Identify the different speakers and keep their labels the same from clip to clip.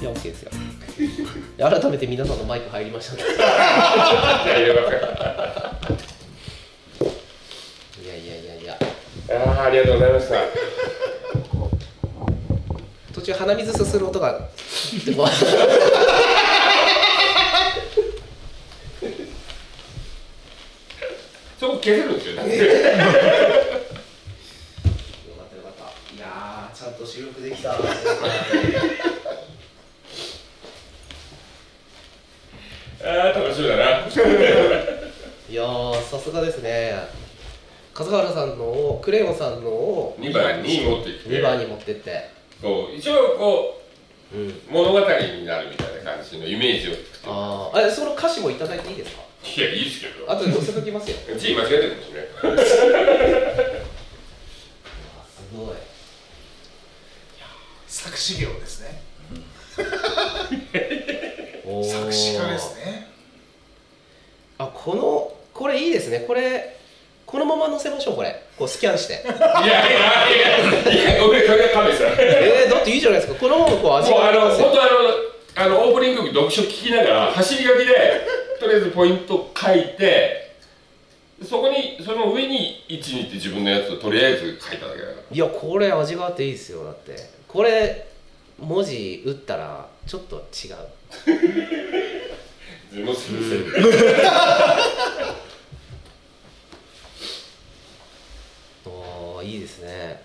Speaker 1: いや OK ですよ改めて皆さんのマイク入りましたね
Speaker 2: 大丈夫ですか
Speaker 1: いやいやいやいや
Speaker 2: あーありがとうございました
Speaker 1: 途中鼻水すする音がでも
Speaker 2: そこ消せるんですよだって
Speaker 1: よかったよかったいやーちゃんと収録できた
Speaker 2: ああ楽しみだない
Speaker 1: やーさすがですね笠原さんのをクレヨンさんのを
Speaker 2: 2番に持ってきて
Speaker 1: 2番に持ってって
Speaker 2: こう一応こ
Speaker 1: うん
Speaker 2: う物語になるみたいな感じのイメージを
Speaker 1: あーあれその歌詞もいただいていいですか
Speaker 2: いやいいですけど
Speaker 1: あとで載せときますよ
Speaker 2: G 間違えてるかもしれない
Speaker 1: あすごい
Speaker 3: 作詞業ですね
Speaker 1: おー
Speaker 3: 作詞家ですね
Speaker 1: あこのこれいいですねこれこのまま載せましょうこれこうスキャンして
Speaker 2: いやいやいやいや俺それが神さん
Speaker 1: えー、だっていいじゃないですかこのままこう味
Speaker 2: もうあ
Speaker 1: わえ
Speaker 2: の
Speaker 1: ますよ
Speaker 2: 本当あのあのオープニング曲読書聞きながら走り書きでとりあえずポイント書いてそこにその上に12って自分のやつをとりあえず書いただけだから
Speaker 1: いやこれ味があっていいですよだってこれ文字打ったらちょっと違う
Speaker 2: 自分の好きにしてる
Speaker 1: おーいいですね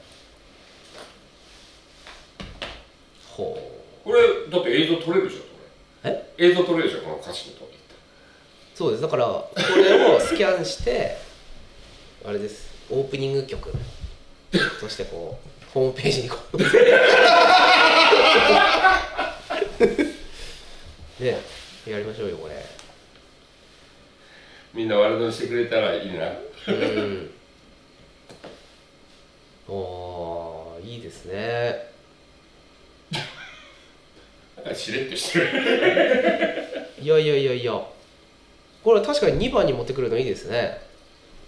Speaker 1: ほう
Speaker 2: これだって映像撮れるでしょこれ映像撮れるでしょこの歌詞のと
Speaker 1: そうですだからこれをスキャンして あれですオープニング曲としてこうホームページにこう ねやりましょうよこれ
Speaker 2: みんなワールドにしてくれたらいいな
Speaker 1: うんおーいいですね
Speaker 2: なんかしれっとしてる
Speaker 1: いやいやいやいやこれ確かに2番に持ってくるのいいですね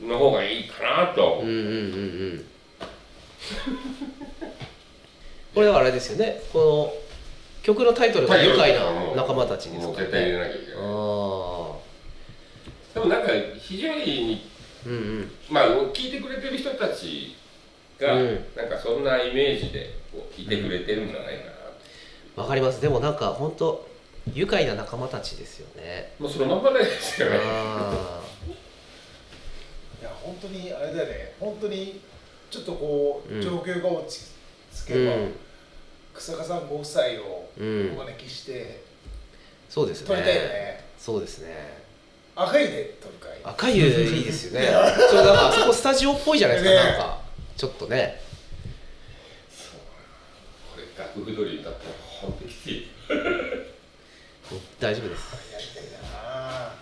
Speaker 2: の方がいいかな
Speaker 1: う
Speaker 2: と
Speaker 1: んうんうんうん これはあれですよねこの曲のタイトルが愉快な仲間たちで
Speaker 2: も
Speaker 1: す
Speaker 2: う
Speaker 1: か
Speaker 2: 絶
Speaker 1: ら
Speaker 2: 対入れ
Speaker 1: ね
Speaker 2: なきゃいけ
Speaker 1: あ
Speaker 2: ない
Speaker 1: あ
Speaker 2: でもなんか非常に
Speaker 1: うんうん
Speaker 2: まあ、聞いてくれてる人たちが、
Speaker 1: うん
Speaker 2: なんかそんなイメージでこういてくれてるんじゃないかな、
Speaker 1: わかりますでもなんか本当愉快な仲間たちですよ ね
Speaker 2: もうそのまんまですよね
Speaker 1: あ
Speaker 3: いや本当にあれだよね本当にちょっとこ
Speaker 1: うん
Speaker 3: う状況が落ち着
Speaker 1: あ
Speaker 3: け
Speaker 1: う
Speaker 3: ば、
Speaker 1: ん
Speaker 3: 草加さんご夫妻を
Speaker 1: うん
Speaker 3: お招きして
Speaker 1: そうですね
Speaker 3: 撮りたいよね、
Speaker 1: そうですね
Speaker 3: 赤いで撮るかい
Speaker 1: 赤湯いいですよねそれなんかあそこスタジオっぽいじゃないですか、
Speaker 3: ね
Speaker 1: なんかちょっとね
Speaker 2: これ楽譜通りだったら本当にきつい
Speaker 1: 大丈夫です
Speaker 3: やりたいな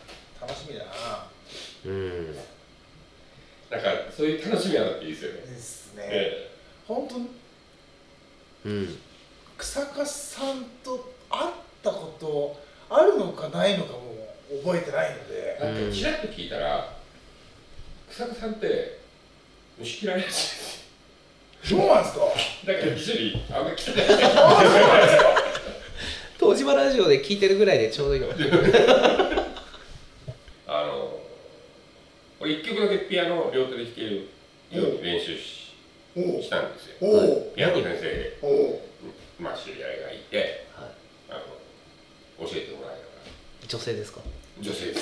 Speaker 3: 楽しみだな
Speaker 1: うん
Speaker 2: なんかそういう楽しみがあっていいですよね、
Speaker 3: ですね、
Speaker 2: え
Speaker 3: 本当
Speaker 1: うん
Speaker 3: 草加さんと会ったことあるのかないのかもう覚えてないので
Speaker 2: え、 なんかちらっと聞いたら草野さんって虫嫌いらしいです
Speaker 3: そうなんですか
Speaker 2: だから一緒にあんまり来てない
Speaker 1: 東芝ラジオで聞いてるぐらいでちょうどいいの
Speaker 2: あの俺一曲だけピアノを両手で弾けるように練習し
Speaker 3: お
Speaker 2: し
Speaker 3: う
Speaker 2: たんですよ
Speaker 3: おう
Speaker 2: ピアノ先生
Speaker 3: おう
Speaker 2: まあ、知り合いがいて、
Speaker 1: はい
Speaker 2: あの教えてもらいながら
Speaker 1: 女性ですか
Speaker 2: 女性で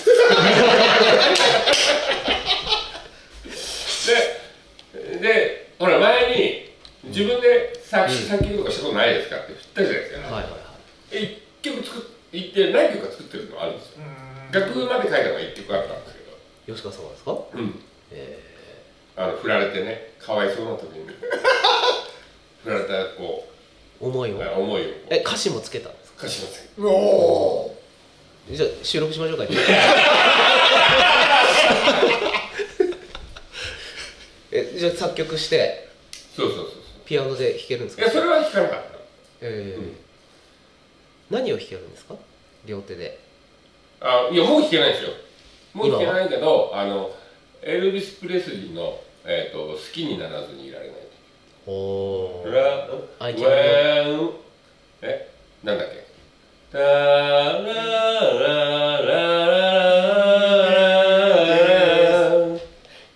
Speaker 2: すででほら前に自分で作詞作曲とかしたことないですかって振ったじゃないですか、
Speaker 1: はいはいはい
Speaker 2: え一曲作っ言って何曲か作ってるのあるんですよ
Speaker 3: ーん
Speaker 2: 楽譜まで書いたのが一曲あったんですけど、
Speaker 1: 吉川さんはですか
Speaker 2: うん、
Speaker 1: え
Speaker 2: あの振られてねかわいそうな時に 振られたこ
Speaker 1: ー、思いうを
Speaker 2: 思いを
Speaker 1: え歌詞もつけたんですか
Speaker 2: 貸しません
Speaker 3: おお
Speaker 1: じゃあ収録しましょうかえじゃあ作曲して
Speaker 2: そうそうそうそう
Speaker 1: ピアノで弾けるんです
Speaker 2: い
Speaker 1: か
Speaker 2: やそれは弾かなかった
Speaker 1: えー
Speaker 2: うん
Speaker 1: 何を弾けるんですか両手で
Speaker 2: あいやもう弾けないですよもう弾けないけどあのエルビス・プレスリーの、えーと「好きにならずにいられない」
Speaker 1: お
Speaker 2: ラ
Speaker 1: あい
Speaker 2: ウ
Speaker 1: けない
Speaker 2: ェンえなんだっけタララララララ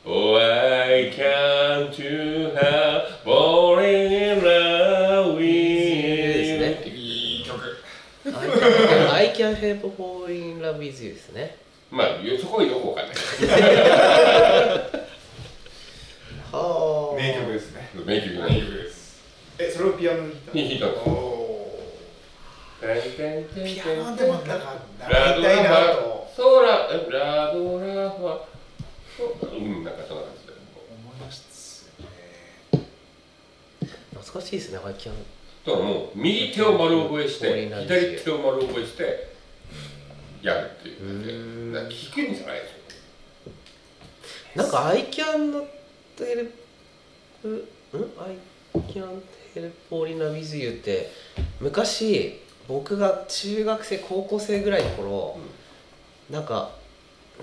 Speaker 2: Oh, I come to have falling in love
Speaker 1: いいで
Speaker 2: with
Speaker 1: す
Speaker 2: you いい曲
Speaker 1: I can help fall in love with you ですね
Speaker 2: まあそこはよくわかんない
Speaker 1: はあ
Speaker 4: 名曲ですね
Speaker 2: 名曲な
Speaker 4: 名
Speaker 2: い
Speaker 4: 曲ですえそれをピアノに弾いた
Speaker 2: に弾いたんです
Speaker 4: おお
Speaker 3: ピアノでもなんか
Speaker 2: ラド
Speaker 3: 習い
Speaker 2: ラ
Speaker 3: た
Speaker 2: フ
Speaker 3: いな
Speaker 2: ァ
Speaker 3: と
Speaker 2: ソラえラドラファそううんなんかそんな感じだよ
Speaker 3: 思いましたよね
Speaker 1: 懐かしいですね I can
Speaker 2: だからもう右手を丸覚えし
Speaker 1: う
Speaker 2: て
Speaker 1: ん
Speaker 2: 左手を丸覚えしてやるっていううんだけ聞くんじゃないですよ
Speaker 1: なんか I can not help うん I can help fall in love with you って昔僕が中学生高校生ぐらいの頃、なんか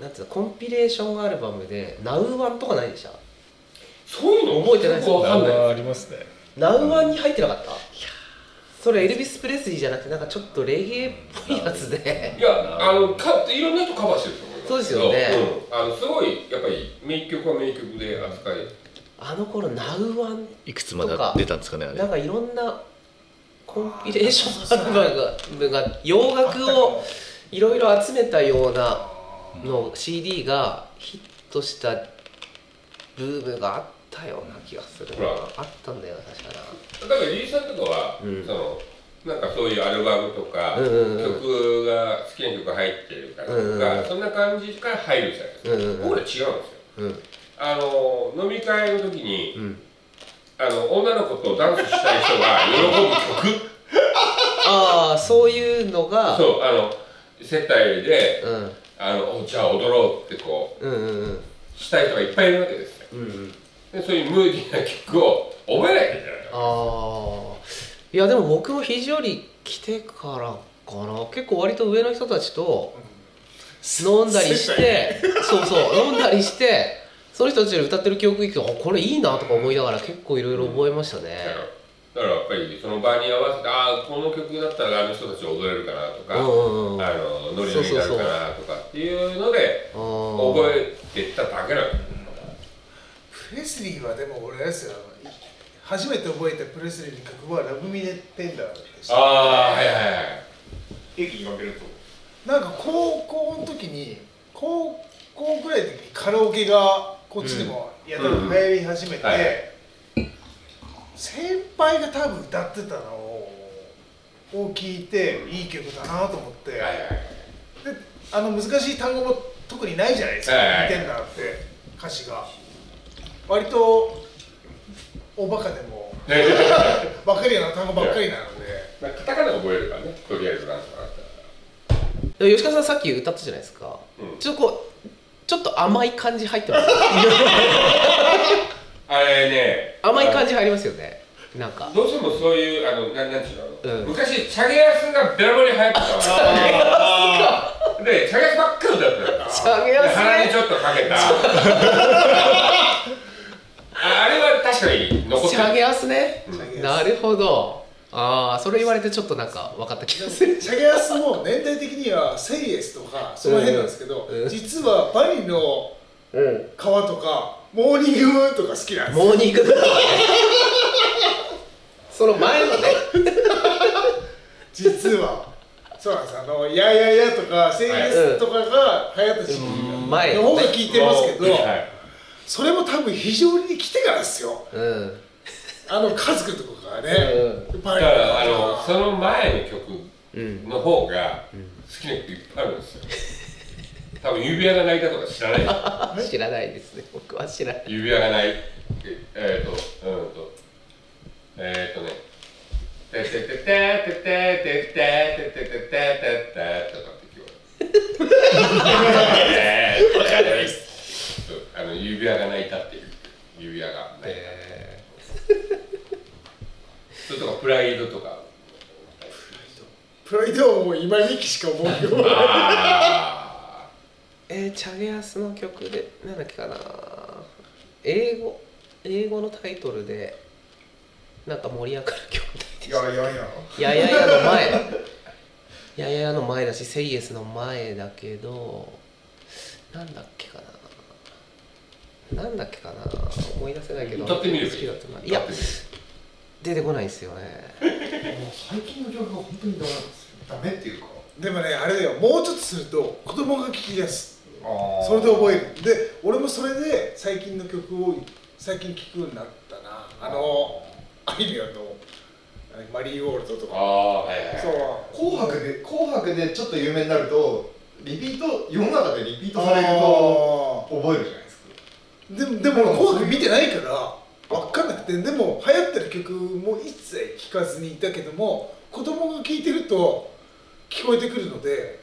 Speaker 1: なんていうのコンピレーションアルバムで「Now1」とかないでした
Speaker 2: そういうの
Speaker 1: 覚えてないです
Speaker 2: よくわかんない
Speaker 5: ありますね
Speaker 1: ナウワンに入ってなかった、それエルビス・プレスリーじゃなくてなんかちょっとレゲエっぽいやつで
Speaker 2: いやあのかいろんな人カバーしてると思います
Speaker 1: そうですよね
Speaker 2: うん、あのすごいやっぱり名曲は名曲で扱い
Speaker 1: あの頃ナウワン
Speaker 5: いくつまで出たんですかねあれ
Speaker 1: なんかいろんなコンピレーションアルバムがが洋楽をいろいろ集めたようなの CD がヒットしたブームがあったような気がするな
Speaker 2: ほら
Speaker 1: あったんだよな確か
Speaker 2: だからリリーさんとかは、
Speaker 1: うん
Speaker 2: そのなんかそういうアルバムとか、
Speaker 1: うんうんうん
Speaker 2: 曲が好きな曲が入ってるからとか、
Speaker 1: うんうんうん
Speaker 2: そんな感じから入るじゃないですか、
Speaker 1: うんうんうん
Speaker 2: 僕ら違うんですよ
Speaker 1: なうん
Speaker 2: あの飲み会の時に
Speaker 1: うん
Speaker 2: あの女の子とダンスしたい人が 喜ぶ曲
Speaker 1: ああそういうのが
Speaker 2: そうあの接待で
Speaker 1: うん
Speaker 2: あのおじゃあ踊ろうってこ
Speaker 1: うんうんうん
Speaker 2: うしたい人がいっぱいいるわけですよ
Speaker 1: うんうん
Speaker 2: でそういうムーディーな曲を覚えなきゃいけないか
Speaker 1: あ
Speaker 2: ら
Speaker 1: あいやでも僕も肘より来てからかな結構割と上の人たちと飲んだりしてそうそう飲んだりしてその人たちで歌ってる記憶いくとあこれいいなとか思いながら結構いろいろ覚えましたね
Speaker 2: だからだからやっぱりその場に合わせてああこの曲だったらあの人たち踊れるかなと
Speaker 1: う
Speaker 2: か、
Speaker 1: んうんうん
Speaker 2: あ
Speaker 1: あ
Speaker 2: のノリノリになるかなとかっていうので覚
Speaker 1: ー
Speaker 2: えてっただけなの
Speaker 3: プレスリーはでも俺あれですよ初めて覚えたプレスリーの曲は「ラブミネテンダー」でした
Speaker 2: ああはいはいはい
Speaker 4: 駅に分けると
Speaker 3: なんか高校の時に高校ぐらいの時にカラオケがこっちでもやたら流行り始めて、
Speaker 2: うんはい
Speaker 3: 先輩が多分歌ってたのをを聞いていい曲だなと思って、
Speaker 2: はいはいはい
Speaker 3: であの難しい単語も特にないじゃないですか、
Speaker 2: はいはいはい
Speaker 3: 似てんだって歌詞が割とおバカでも 分かるような単語ばっかりなので、
Speaker 2: まあカタカナ覚えるからねとりあえずなんとかなったら
Speaker 1: でも吉川さんさっき歌ったじゃないですか、
Speaker 2: うん
Speaker 1: ちょっとこうちょっと甘い感じ入ってます
Speaker 2: あれね
Speaker 1: 甘い感
Speaker 2: じ
Speaker 1: じ入りますよねなんか
Speaker 2: どうしてもそういうあのなんなんちゅうの、
Speaker 1: うん
Speaker 2: 昔チャゲヤスがベラボラに流行って たのでチャゲヤスばっかり歌ってたから
Speaker 1: チャゲヤスね
Speaker 2: で鼻にちょっとかけ たああれは確かに残って
Speaker 1: 仕上
Speaker 2: る
Speaker 1: げやすね
Speaker 3: 下げやす
Speaker 1: なるほどああそれ言われてちょっとなんか分かった気がする
Speaker 3: シャゲアスも年代的にはセイエスとかその辺なんですけど、
Speaker 1: うんうん
Speaker 3: 実はバリの
Speaker 1: うん
Speaker 3: 川とかモーニングムーンとか好きなんですよ
Speaker 1: モーニングだからねその前のね
Speaker 3: 実はそうなんですあの「ややや」とか「セイエス」とかが流行った時期
Speaker 1: うん前
Speaker 3: の方が聞いてますけど、
Speaker 2: はい
Speaker 3: それも多分非常に来てからですよ
Speaker 1: うん
Speaker 3: あのカズくんとかがね、バ
Speaker 2: だ
Speaker 3: リ
Speaker 2: からあ
Speaker 3: の
Speaker 2: のその前の曲
Speaker 1: うん
Speaker 2: の方が好きな曲いっぱいあるんですよ多分指輪が泣いたとか知らない
Speaker 1: 知らないですね僕は知らない
Speaker 2: 指輪が泣いええー、とうんとえっ、ー、とねててててててててててててててとかって曲えーわかんないですそうあの指輪が泣いたっていう指輪が泣いたそれとかプライドとか
Speaker 3: プライドはもう今ミキしか思うけど
Speaker 2: あ
Speaker 1: えー、チャゲアスの曲でなんだっけかな英語英語のタイトルでなんか盛り上がる曲みたい
Speaker 4: いやいやいや
Speaker 1: なやややの前いやいやの前だし「セイエス」の前だけどなんだっけかななんだっけかな思い出せないけど
Speaker 2: 歌ってみれば
Speaker 1: 好
Speaker 2: いい
Speaker 1: きだったないや出てこないですよね
Speaker 4: もう最近の曲が本当にダメなんですよダメっていうか
Speaker 3: でもねあれだよもうちょっとすると子供が聴き出す
Speaker 4: あ
Speaker 3: それで覚えるで俺もそれで最近の曲を最近聴くようになったなあのあいみょんのあれマリー・ウォールドと
Speaker 2: あ
Speaker 3: か
Speaker 2: あはいはい
Speaker 3: そう
Speaker 4: 紅白で紅白でちょっと有名になるとリピート世の中でリピートされると
Speaker 3: あ
Speaker 4: 覚えるじゃないですか
Speaker 3: ーでもでも俺紅白見てないから分かんなくてでも流行ってる曲も一切聴かずにいたけども子供が聴いてると聞こえてくるので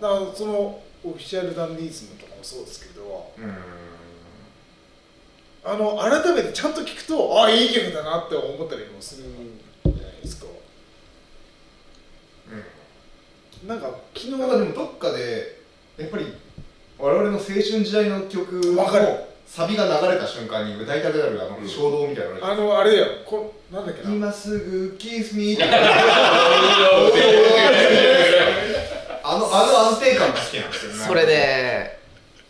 Speaker 3: だからそのオフィシャルダンディズムとかもそうですけど
Speaker 4: うーん
Speaker 3: あの改めてちゃんと聞くとあいい曲だなって思ったりもするんじゃないですか
Speaker 4: うん
Speaker 3: なんか昨
Speaker 4: なんかで
Speaker 3: 日
Speaker 4: もどっかでやっぱり我々の青春時代の曲の
Speaker 3: わかる
Speaker 4: サビが流れた瞬間に歌いたくなるあ
Speaker 2: う
Speaker 4: の
Speaker 2: ん
Speaker 4: 衝動みたいなのあ
Speaker 3: あ
Speaker 4: る
Speaker 3: のあれだよこなんだっけな
Speaker 4: 今すぐキス ミーあのあの安定感が好きなんですよね
Speaker 1: それね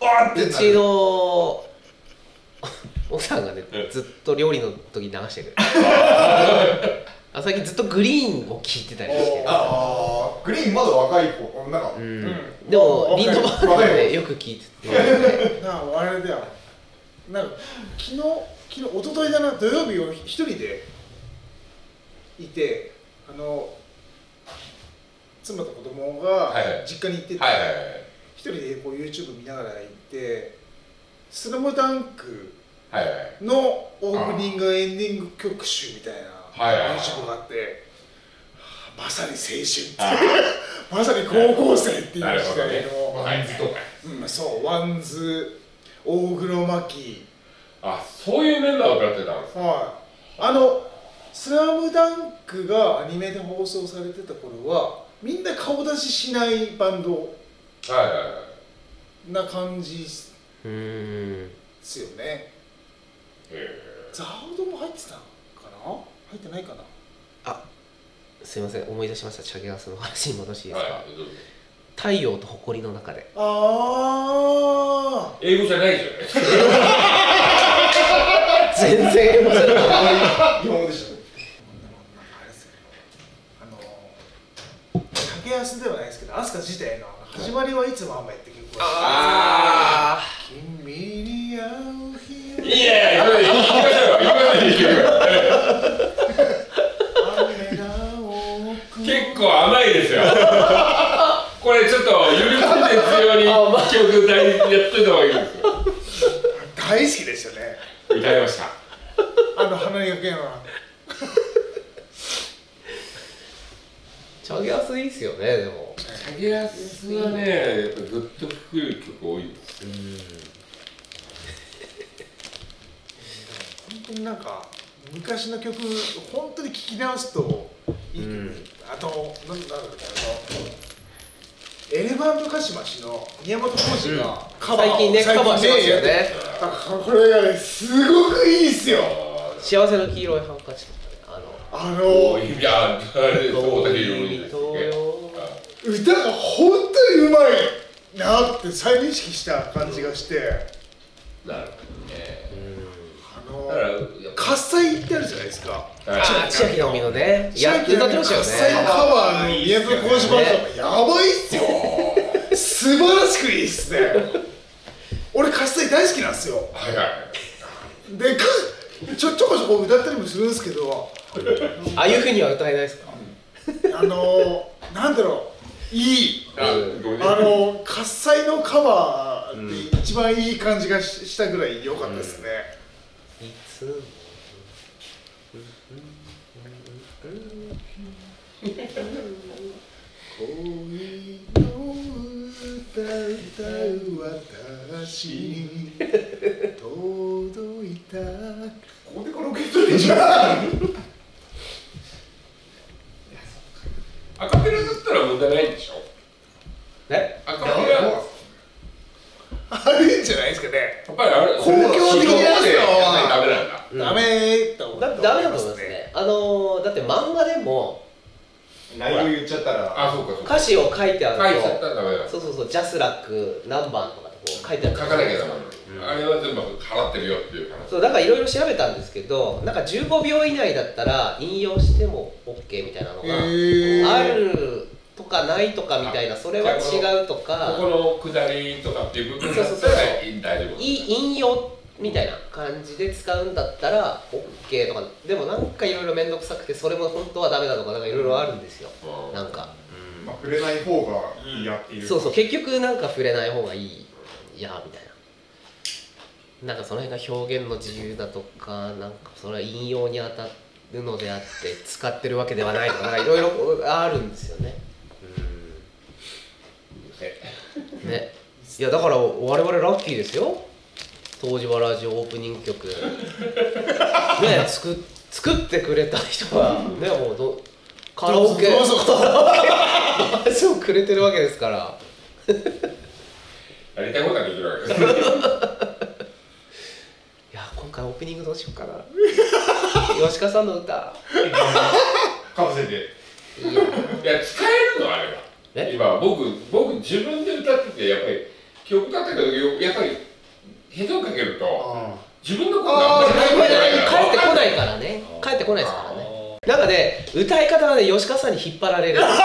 Speaker 4: わーって
Speaker 1: う
Speaker 4: な
Speaker 1: ち
Speaker 4: る
Speaker 1: の 奥さんがね
Speaker 2: うん
Speaker 1: ずっと料理の時に流してるあ最近ずっとグリーンを聴いてたりしてる
Speaker 4: ああグリーンまだ若い子なんか、
Speaker 1: う
Speaker 3: うんん
Speaker 1: でもリンドバ
Speaker 4: わか
Speaker 1: ーグ
Speaker 4: る
Speaker 1: でよく聴いてて
Speaker 3: なああれだよなんか昨日昨日一昨日だな土曜日を一人でいてあの妻と子供が
Speaker 2: はいはい
Speaker 3: 実家に行ってて、
Speaker 2: はいはいはい
Speaker 3: 一人でこう YouTube 見ながら行って「スラムダンク
Speaker 2: はいはい
Speaker 3: のオープニングエンディング曲集みたい
Speaker 2: はいはいは
Speaker 3: ない演習があって、はあまさに青春って
Speaker 2: あ
Speaker 3: まさに高校生っていう時
Speaker 2: なるほどね
Speaker 3: 代の、
Speaker 2: はいはい
Speaker 3: うん、そうワンズ大黒摩季
Speaker 2: あそういうメンバーが歌ってたんです
Speaker 3: はいあの「スラムダンクがアニメで放送されてた頃はみんな顔出ししないバンド
Speaker 2: はいはいはい
Speaker 3: な感じです
Speaker 1: うん
Speaker 3: よね
Speaker 2: え
Speaker 3: ザードも入ってたのかな入ってないかな
Speaker 1: すいません思い出しましたチャゲアスの話に戻してい
Speaker 2: ー
Speaker 1: いですか、
Speaker 2: はいどうぞ
Speaker 1: 太陽と埃の中で
Speaker 3: ああ
Speaker 2: 英語じゃないじゃないですか
Speaker 1: 全然面白い
Speaker 4: 日本語でしたね
Speaker 3: あれですよあの竹安ではないですけど飛鳥自体の「始まりはいつも雨」って曲は
Speaker 2: あ
Speaker 3: 君に会う日
Speaker 2: いいねそれ行きましょうよ行きましょうよ行きましょうよ
Speaker 3: は雨が多く
Speaker 2: 結構甘いですよこれちょっとゆるくて強に曲大やっといた方がいいですよ
Speaker 3: 大好きですよね
Speaker 2: 歌いました
Speaker 3: あの花にかけは
Speaker 1: チャゲアスいいっすよねでも
Speaker 2: チャゲアスはねやっぱずっと来る曲多いです
Speaker 3: 本当になんか昔の曲本当に聴き直すといい曲、
Speaker 1: うん
Speaker 3: あとなんなんだろうあのエレファントカシマシの宮本浩次がカバーを、
Speaker 1: 最近ねカバーしてますよね
Speaker 3: あこれがねすごくいいっすよ
Speaker 1: 幸せの黄色いハンカチとかね
Speaker 3: あ
Speaker 2: 多
Speaker 3: の
Speaker 2: いいやあれ
Speaker 1: あの
Speaker 2: そうだけ
Speaker 1: 恋
Speaker 2: ど
Speaker 1: 人よ
Speaker 3: 歌が本当にうまいなって再認識した感じがして
Speaker 2: なるほどねだ
Speaker 3: あの
Speaker 2: からやっ
Speaker 3: 喝采ってあるじゃないですか
Speaker 2: ぱはい
Speaker 1: ああ千秋の海のね
Speaker 3: 千
Speaker 1: や
Speaker 3: 秋
Speaker 1: って歌ってま
Speaker 3: 喝
Speaker 1: した
Speaker 3: 采
Speaker 1: よ
Speaker 3: の
Speaker 1: ね
Speaker 3: カバーの宮本浩次バージョンやばいっすよ素晴らしくいいっすね俺喝采大好きなんですよ
Speaker 2: はいはい
Speaker 3: でかちょちょこちょこ歌ったりもするんですけど
Speaker 1: ああいうふうには歌えないですか
Speaker 3: あのー、なんだろういい
Speaker 2: あごめんね
Speaker 3: あの喝采のカバーで一番いい感じがししたぐらい良かったですね、
Speaker 1: いつも
Speaker 3: 恋の歌歌う私に届いた
Speaker 4: ここでカラオケ行ったらいいじゃん
Speaker 2: アカペラだったら問題ないんでしょ
Speaker 1: ね
Speaker 2: アカペラや
Speaker 3: あれじゃないですかね、
Speaker 2: っぱりあれ
Speaker 3: 公共的なやつよ
Speaker 2: ダメなんだ
Speaker 3: ダメーって思
Speaker 1: だダメだと思いますねあのーだって漫画でも
Speaker 4: 内容言っちゃったら
Speaker 2: あそうかそうか
Speaker 1: 歌詞を書いてあ
Speaker 2: 書い
Speaker 1: る
Speaker 2: ちゃったらダメだ
Speaker 1: とそうそうそうジャスラック何番とかってこう書いてあ
Speaker 2: 書
Speaker 1: る
Speaker 2: かなきゃダメだあれは全部払ってるよっていう話
Speaker 1: そうだからいろいろ調べたんですけどなんか15秒以内だったら引用しても OK みたいなの
Speaker 3: へ
Speaker 1: が、
Speaker 3: え
Speaker 1: あるとかないとかみたいなそれは違うとか
Speaker 2: ここの下りとかっていう部分だったら大丈夫
Speaker 1: い引用みたいな感じで使うんだったら OK とかでもなんかいろいろ面倒くさくてそれも本当はダメだとかなんかいろいろあるんですよ
Speaker 2: うん
Speaker 1: なんか
Speaker 4: まあ、触れない方がいいやっていう
Speaker 1: そうそう結局なんか触れない方がいいいやみたいななんかその辺が表現の自由だとかなんかそれは引用に当たるのであって使ってるわけではないとかなんかいろいろあるんですよねうんねいやだから我々ラッキーですよ当時はラジオオープニング曲ね作っ作ってくれた人がねもうどカラオケ
Speaker 3: どうぞどうぞ
Speaker 1: カラオケそうくれてるわけですから
Speaker 2: やりたいことはできるわけです
Speaker 1: いや今回オープニングどうしよう かな吉川さんの歌
Speaker 4: かぶせて
Speaker 2: いや使えるのあれは
Speaker 1: え
Speaker 2: 今僕僕自分で歌っててやっぱり記憶だったけどやっぱりヘッドをかけると
Speaker 4: あ
Speaker 2: 自分の声があんまり
Speaker 1: 帰
Speaker 2: 入ってないか
Speaker 1: ってこないから
Speaker 2: ら
Speaker 1: ね帰ってこないですからねなんかね歌い方がね吉川さんに引っ張ら れるなんか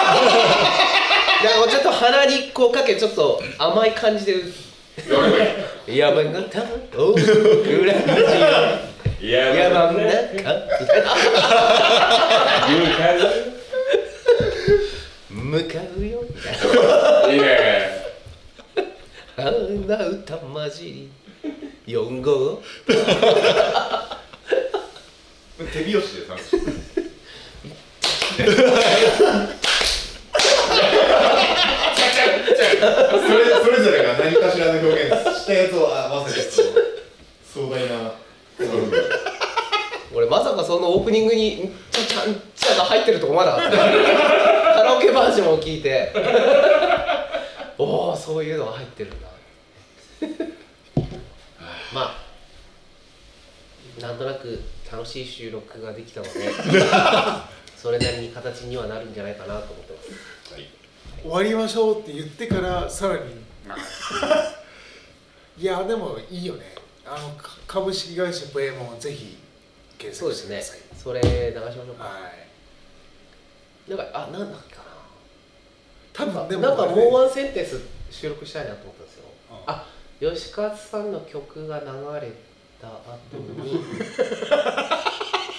Speaker 1: こうちょっと鼻にこうかけちょっと甘い感じで
Speaker 2: やればいい
Speaker 1: 「山形大蔵ラ
Speaker 2: い
Speaker 1: ジ
Speaker 2: や
Speaker 1: オ
Speaker 2: まあ
Speaker 1: 山中」みたいな「向かうよ」みたいない
Speaker 2: いね
Speaker 1: 「花歌混じり4号」
Speaker 4: あ手拍子でさそれそれぞれが何かしらの表現したやつを合わせてこう壮大な
Speaker 1: 俺まさかそのオープニングに「ちゃちゃんちゃ」が入ってると思わなかったカラオケバージョンを聞いておおそういうのが入ってるんだまあなんとなく楽しい収録ができた のでそれなりに形にはなるんじゃないかなと思ってます
Speaker 3: 終わりましょうって言ってからさらに いやでもいいよねあのか株式会社ブエモンぜひ検
Speaker 1: そう
Speaker 3: 索
Speaker 1: で
Speaker 3: し
Speaker 1: す
Speaker 3: てく
Speaker 1: ねそれ
Speaker 3: ださい
Speaker 1: 流しましょうか
Speaker 3: はい
Speaker 1: なんかあなんだっけかな
Speaker 3: 多分でも
Speaker 1: なんか
Speaker 3: あ
Speaker 1: も
Speaker 3: れ
Speaker 1: うワンセンテンス収録したいなと思ったんですよ、
Speaker 3: うん
Speaker 1: あ吉川さんの曲が流れた後 に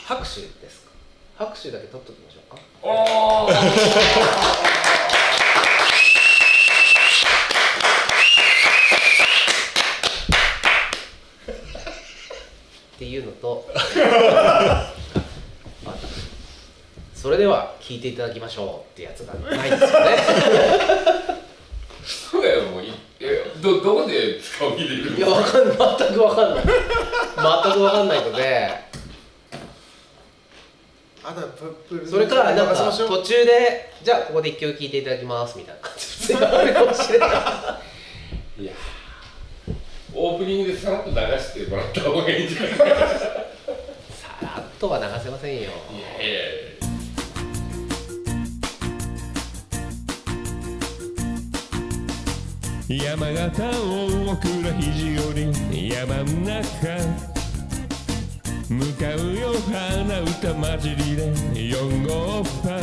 Speaker 1: 拍手ですか拍手だけ取っときましょうか
Speaker 2: おー
Speaker 1: っていうのと あそれでは聴いていただきましょうってやつがないですよね
Speaker 2: そうやもういえどどこで使う気でいる
Speaker 1: いやわかんない全くわかんない全くわかんないので
Speaker 3: あとはププ
Speaker 1: それからなん
Speaker 3: 流し
Speaker 1: か
Speaker 3: ましょう
Speaker 1: 途中でじゃあここで一曲聴いていただきますみたいな感じで あるかもしれない
Speaker 2: いやオープニングでさらっと流してもらった方がいいんじゃないか
Speaker 1: さらっとは流せませんよ
Speaker 2: いやいやいや
Speaker 5: 山形大倉肘折山ん中向かうよ花歌混じりで4号パ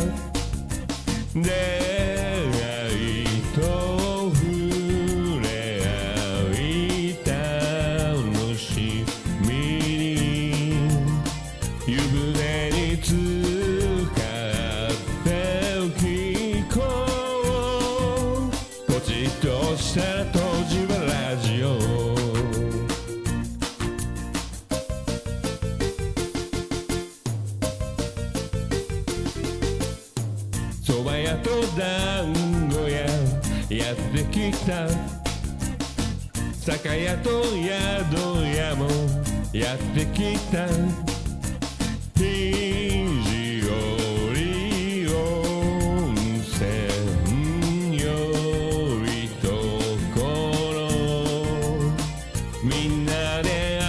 Speaker 5: 出会いと触れ合い楽しみに湯船に浸かって浮きこうポチッとしたら当時はラジオ蕎麦屋と団子屋やってきた酒屋と宿屋もやってきた肘折り温泉よいところみんなで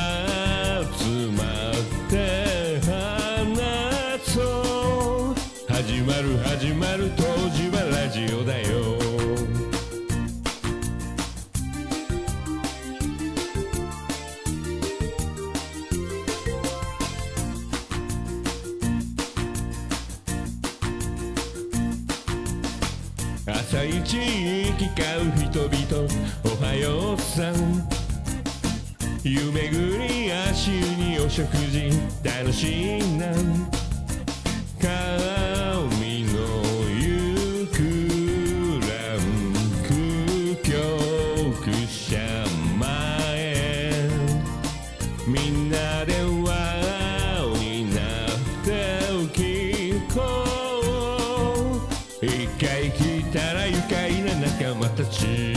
Speaker 5: 集まって話そう始まる始まるジオだよ朝一行き交う人々おはようさん湯巡り足にお食事楽しいな神のゆくらん苦局者前みんなで輪になって聞こう一回聞いたら愉快な仲間たち